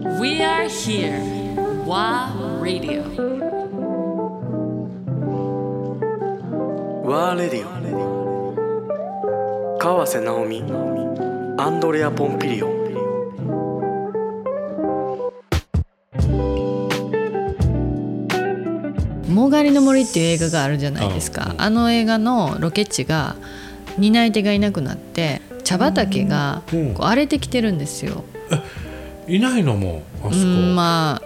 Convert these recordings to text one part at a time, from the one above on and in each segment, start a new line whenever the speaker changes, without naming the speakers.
We're here. Wa Radio.
ワーレディオ川瀬直美アンドレア・ポンピリオ
「もがりの森」っていう映画があるじゃないですか、あの映画のロケ地が担い手がいなくなって茶畑がこ
うん
う荒れてきてるんですよ。
いないのもあそ
う
こ
んま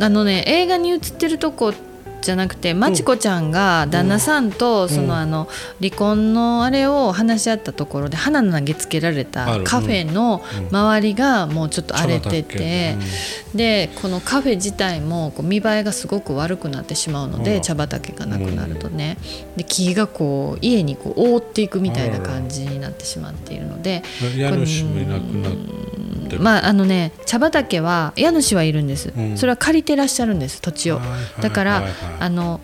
ああのね映画に映ってるとこじゃなくてまちこちゃんが旦那さんとそのあの離婚のあれを話し合ったところで花投げつけられ
あ
た
る
カフェの周りがもうちょっと荒れて
茶畑
てでこのカフェ自体もこう見栄えがすごく悪くなってしまうの
う
で
ん
茶畑がなくなるとねで木がこう家にこう覆っていくみたいな感じになってしまっているので
うん家主もいなくなってる
まああのね茶畑は家主はいるんです、
うん
それは借りてらっしゃるんです土地を、
はいはいはいはい
だから、あの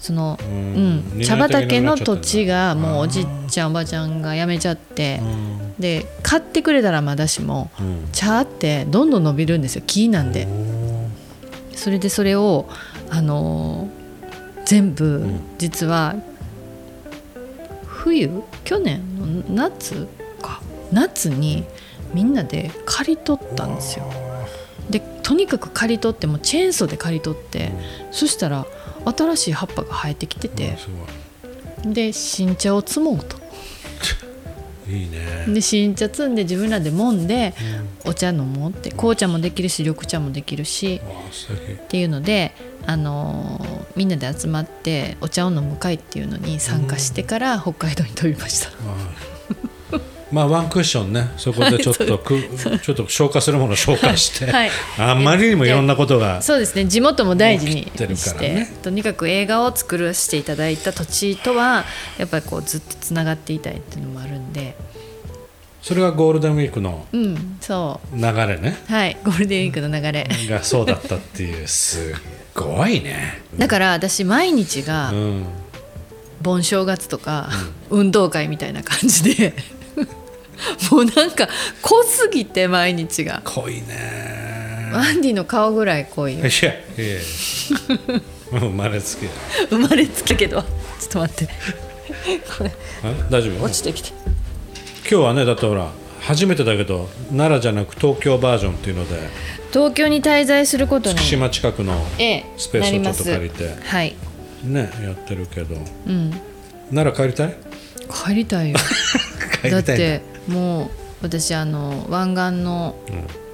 その、
う
うん
ん
茶畑の土地がもうおじい
担い手がいなくなっちゃったんだ
ちゃんおばちゃんが辞めちゃって
う、ん
で買ってくれたらまだしも
うん
茶ってどんどん伸びるんですよ木なんで、それでそれをあのー全部
ん
実は冬去年の夏か夏にみんなで刈り取ったんですよ。でとにかく刈り取ってもうチェーンソーで刈り取って、そしたら新しい葉っぱが生えてきて
うん
て、
す
で新茶を摘もうと。
ごいいいね
で新茶摘んで自分らで揉んでお茶飲もうって紅茶もできるし緑茶もできるし、
わあ素敵
っていうので、あのーみんなで集まってお茶を飲む会っていうのに参加してから北海道に飛びました、
まあワンクッションねそこでちょっとく ちょっと消化するものを消化して
はい
あんまりにもいろんなことが
そうですね地元も大事に
起きてるか
し
ら
て
ね
とにかく映画を作らせていただいた土地とはやっぱりこうずっとつながっていたいっていうのもあるんで
それがゴールデンウィークの
うんそ
流れね
うはいゴールデンウィークの流れ、
がそうだったっていうすっごいね
だから私毎日が
うん
盆正月とか、運動会みたいな感じで もうなんか濃すぎて毎日が
濃いね
アンディの顔ぐらい濃いよ
いやいやいや生まれつきだ
生まれつきけどちょっと待ってこれ
え大丈夫今
落ちてきて
日はねだってほら初めてだけど奈良じゃなく東京バージョンっていうので
東京に滞在することに
月島近くの
ええ
スペースをちょっと
なり
借りて
ますはい、
ねやってるけど
うん、
奈良帰りたい
帰り たいよ
帰り
だ
たい
っ
ん
てもう私あの湾岸の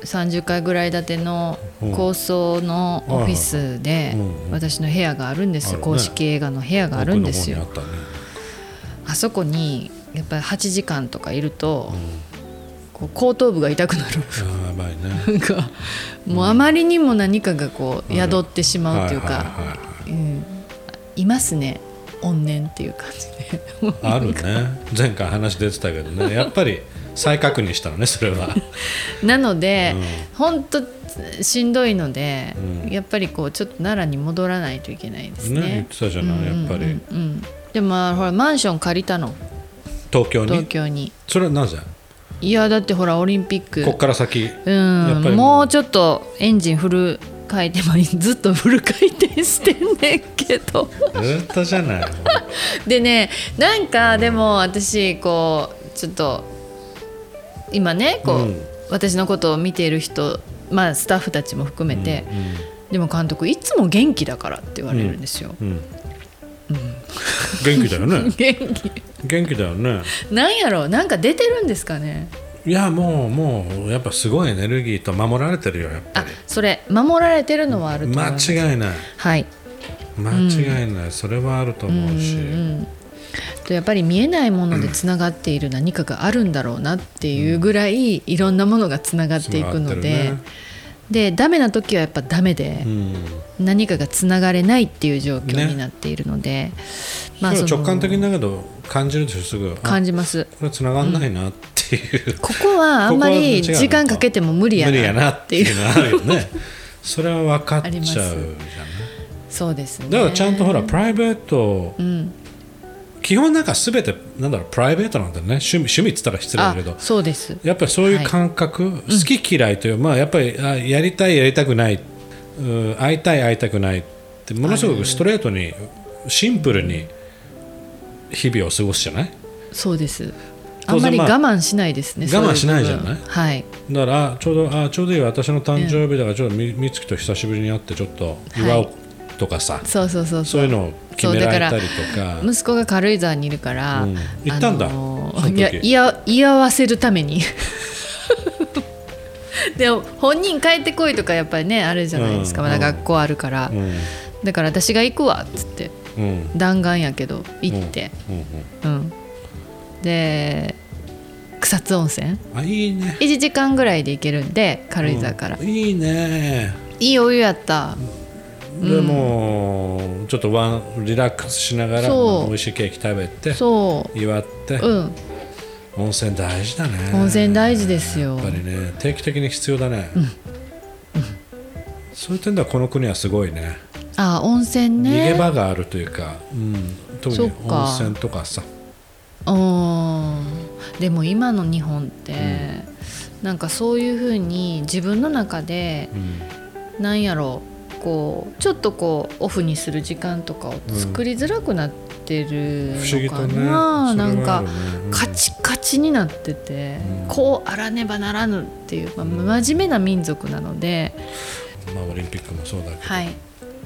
30階ぐらい建ての
うん
高層のオフィスで
はいはいうんうん
私の部屋があるんです
あ
よ
るね
公式映画の部屋があるんですよ
奥の方にあったね
あそこにやっぱり8時間とかいると、こう後頭部が痛くなる
あーやばいね
なんかもうあまりにも何かがこう宿ってしまうという
はい
か、
はいはい
うん、いますね怨念っていう感じで
あるね前回話出てたけどねやっぱり再確認したのねそ れは
なので本当、ほんとしんどいので、
うん
やっぱりこうちょっと奈良に戻らないといけないです
ね
ね
言ってたじゃないやっぱり
うんうんうんでもまあほらマンション借りたの
東京
東
に
京に
それはなぜ
いやだってほらオリンピック
こっから先やっぱ
う
り
ん、
もう
もうちょっとエンジンフル回転ま でずっとフル回転してんねんけど
ずっとじゃないも う
でねなんかでも私こうちょっと今ねこう、
うん
私のことを見ている人、まあ、スタッフたちも含めて、でも監督いつも元気だからって言われるんですよ。
うん元気だよね
元気
元気だよね
なんやろうなんか出てるんですかね
いやもうもうやっぱすごいエネルギーと守られてるよやっぱ
あ
り
それ守られてるのはあると思い
間
ます
違いない
はい
間違いない、それはあると思うし、
とやっぱり見えないものでつながっている何かがあるんだろうなっていうぐらいいろんなものがつながっていくの
つながって
で、
るね
でダメな時はやっぱダメで
う、ん
何かがつながれないっていう状況
ね
になっているので、
それ
そ
は
の
直感的だけど感じるでしょすぐあ
感じます。
これ繋がんないなっていう、
ここはあんまり時間かけても無理や
無理やな
なっ
っ
ててい
いう
う
のはあるよねそれは分かっちゃう
あり
じ
ま
ゃ
す
ない
そうですね
だからちゃんとほらプライベートを
うん
き基本なんか全てなんだろうプライベートなんだよね趣味趣味っつったら失礼だ
あ
けど
そうです
やっぱりそういう感覚、好き嫌いという、まあ、やっぱりあやりたいやりたくないうん会いたい会いたくないってものすごくストレートにシンプルに日々を過ごすじゃない
そうですあ
当
んま
然
り
まあ
我慢しないですね
我慢しない
そうう部分
じゃない
はい
だからあちょうどあちょうどいいわ私の誕生日だからちょっとみ美月と久しぶりに会ってちょっと祝おうとかさ、
そうそうそう
そういうのを決められたりとか
息子が軽井沢にいるから、
うん行ったんだ
あのー
その時
いやいや居合わせるために でも本人帰ってこいとかやっぱりねあるじゃないですか、
うん
まだ
うん
学校あるから、
うん
だから私が行くわっつって
うん
弾丸やけど行って、
うんうん
うんで草津温泉
あいいね
1時間ぐらいで行けるんで軽井沢から、
うんいいね
いいお湯やった
でもうちょっとワンリラックスしながら
そう
美味しいケーキ食べて
そ
祝って
ううん
温泉大事だね
温泉大事ですよ
やっぱりね定期的に必要だねそういう点ではこの国はすごいね
あ温泉
逃
ね
げ場があるというかうん特
そっ
に
か
温泉とかさ
うんでも今の日本って、なんかそういうふうに自分の中で
うん
なんやろうこうちょっとこうオフにする時間とかを作りづらくなってる
不思議
の
と
か
ね
な、
それはあ
な
る
んか
ねうん
カチカチになってて、
うん
こうあらねばならぬっていう、まあ真面目な民族なので、
まあオリンピックもそうだけど
はい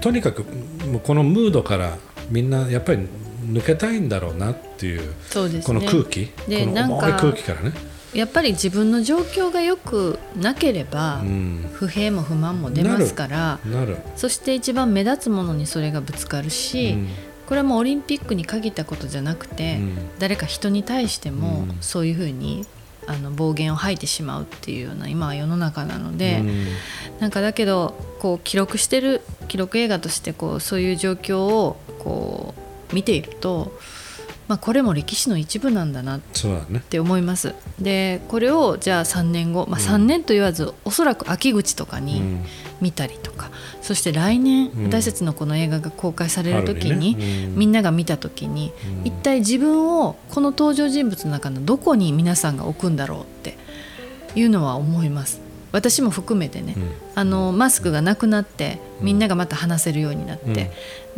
とにかくもうこのムードからみんなやっぱり抜けたいんだろうなっていう
そうですね
この空気、
で
こ
な
の
んか
重い空気からね、
やっぱり自分の状況が良くなければ、
うん、
不平も不満も出ますから。
なる、
そして一番目立つものにそれがぶつかるし、
うん
これはもうオリンピックに限ったことじゃなくて、
うん
誰か人に対しても
うん
そういうふうにあの暴言を吐いてしまうっていうような今は世の中なので、
うん
なんかだけどこう記録してる記録映画としてこうそういう状況をこう見ていると、まあ、これも歴史の一部なんだなっ
そうだね
て思います。でこれをじゃあ3年後、まあ、3年と言わず、おそらく秋口とかに、
うん
見たりとかそして来年、
うん
私たちのこの映画が公開される時に
春にねうん
みんなが見た時に、
うん
一体自分をこの登場人物の中のどこに皆さんが置くんだろうっていうのは思います私も含めてね、
うん
あのマスクがなくなってみんながまた話せるようになって、
うん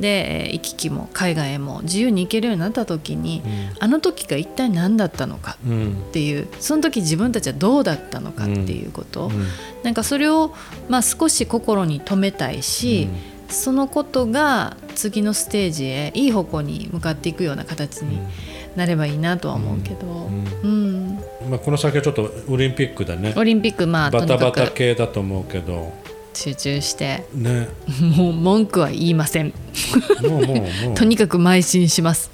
でえー行き来も海外へも自由に行けるようになった時に、
うん
あの時が一体何だったのか
うん
っていうその時自分たちはどうだったのかっていうこと、
うん
なんかそれを、まあ、少し心に留めたいし、そのことが次のステージへいい方向に向かっていくような形になればいいなとは思うけど、うん
まあ、この先はちょっとオリンピックだね
オリンピックまあと
バ
に
タ
か
バタ
く
系だと思うけど
集中して
ね
もう文句は言いません
もうもうも う
とにかく邁進します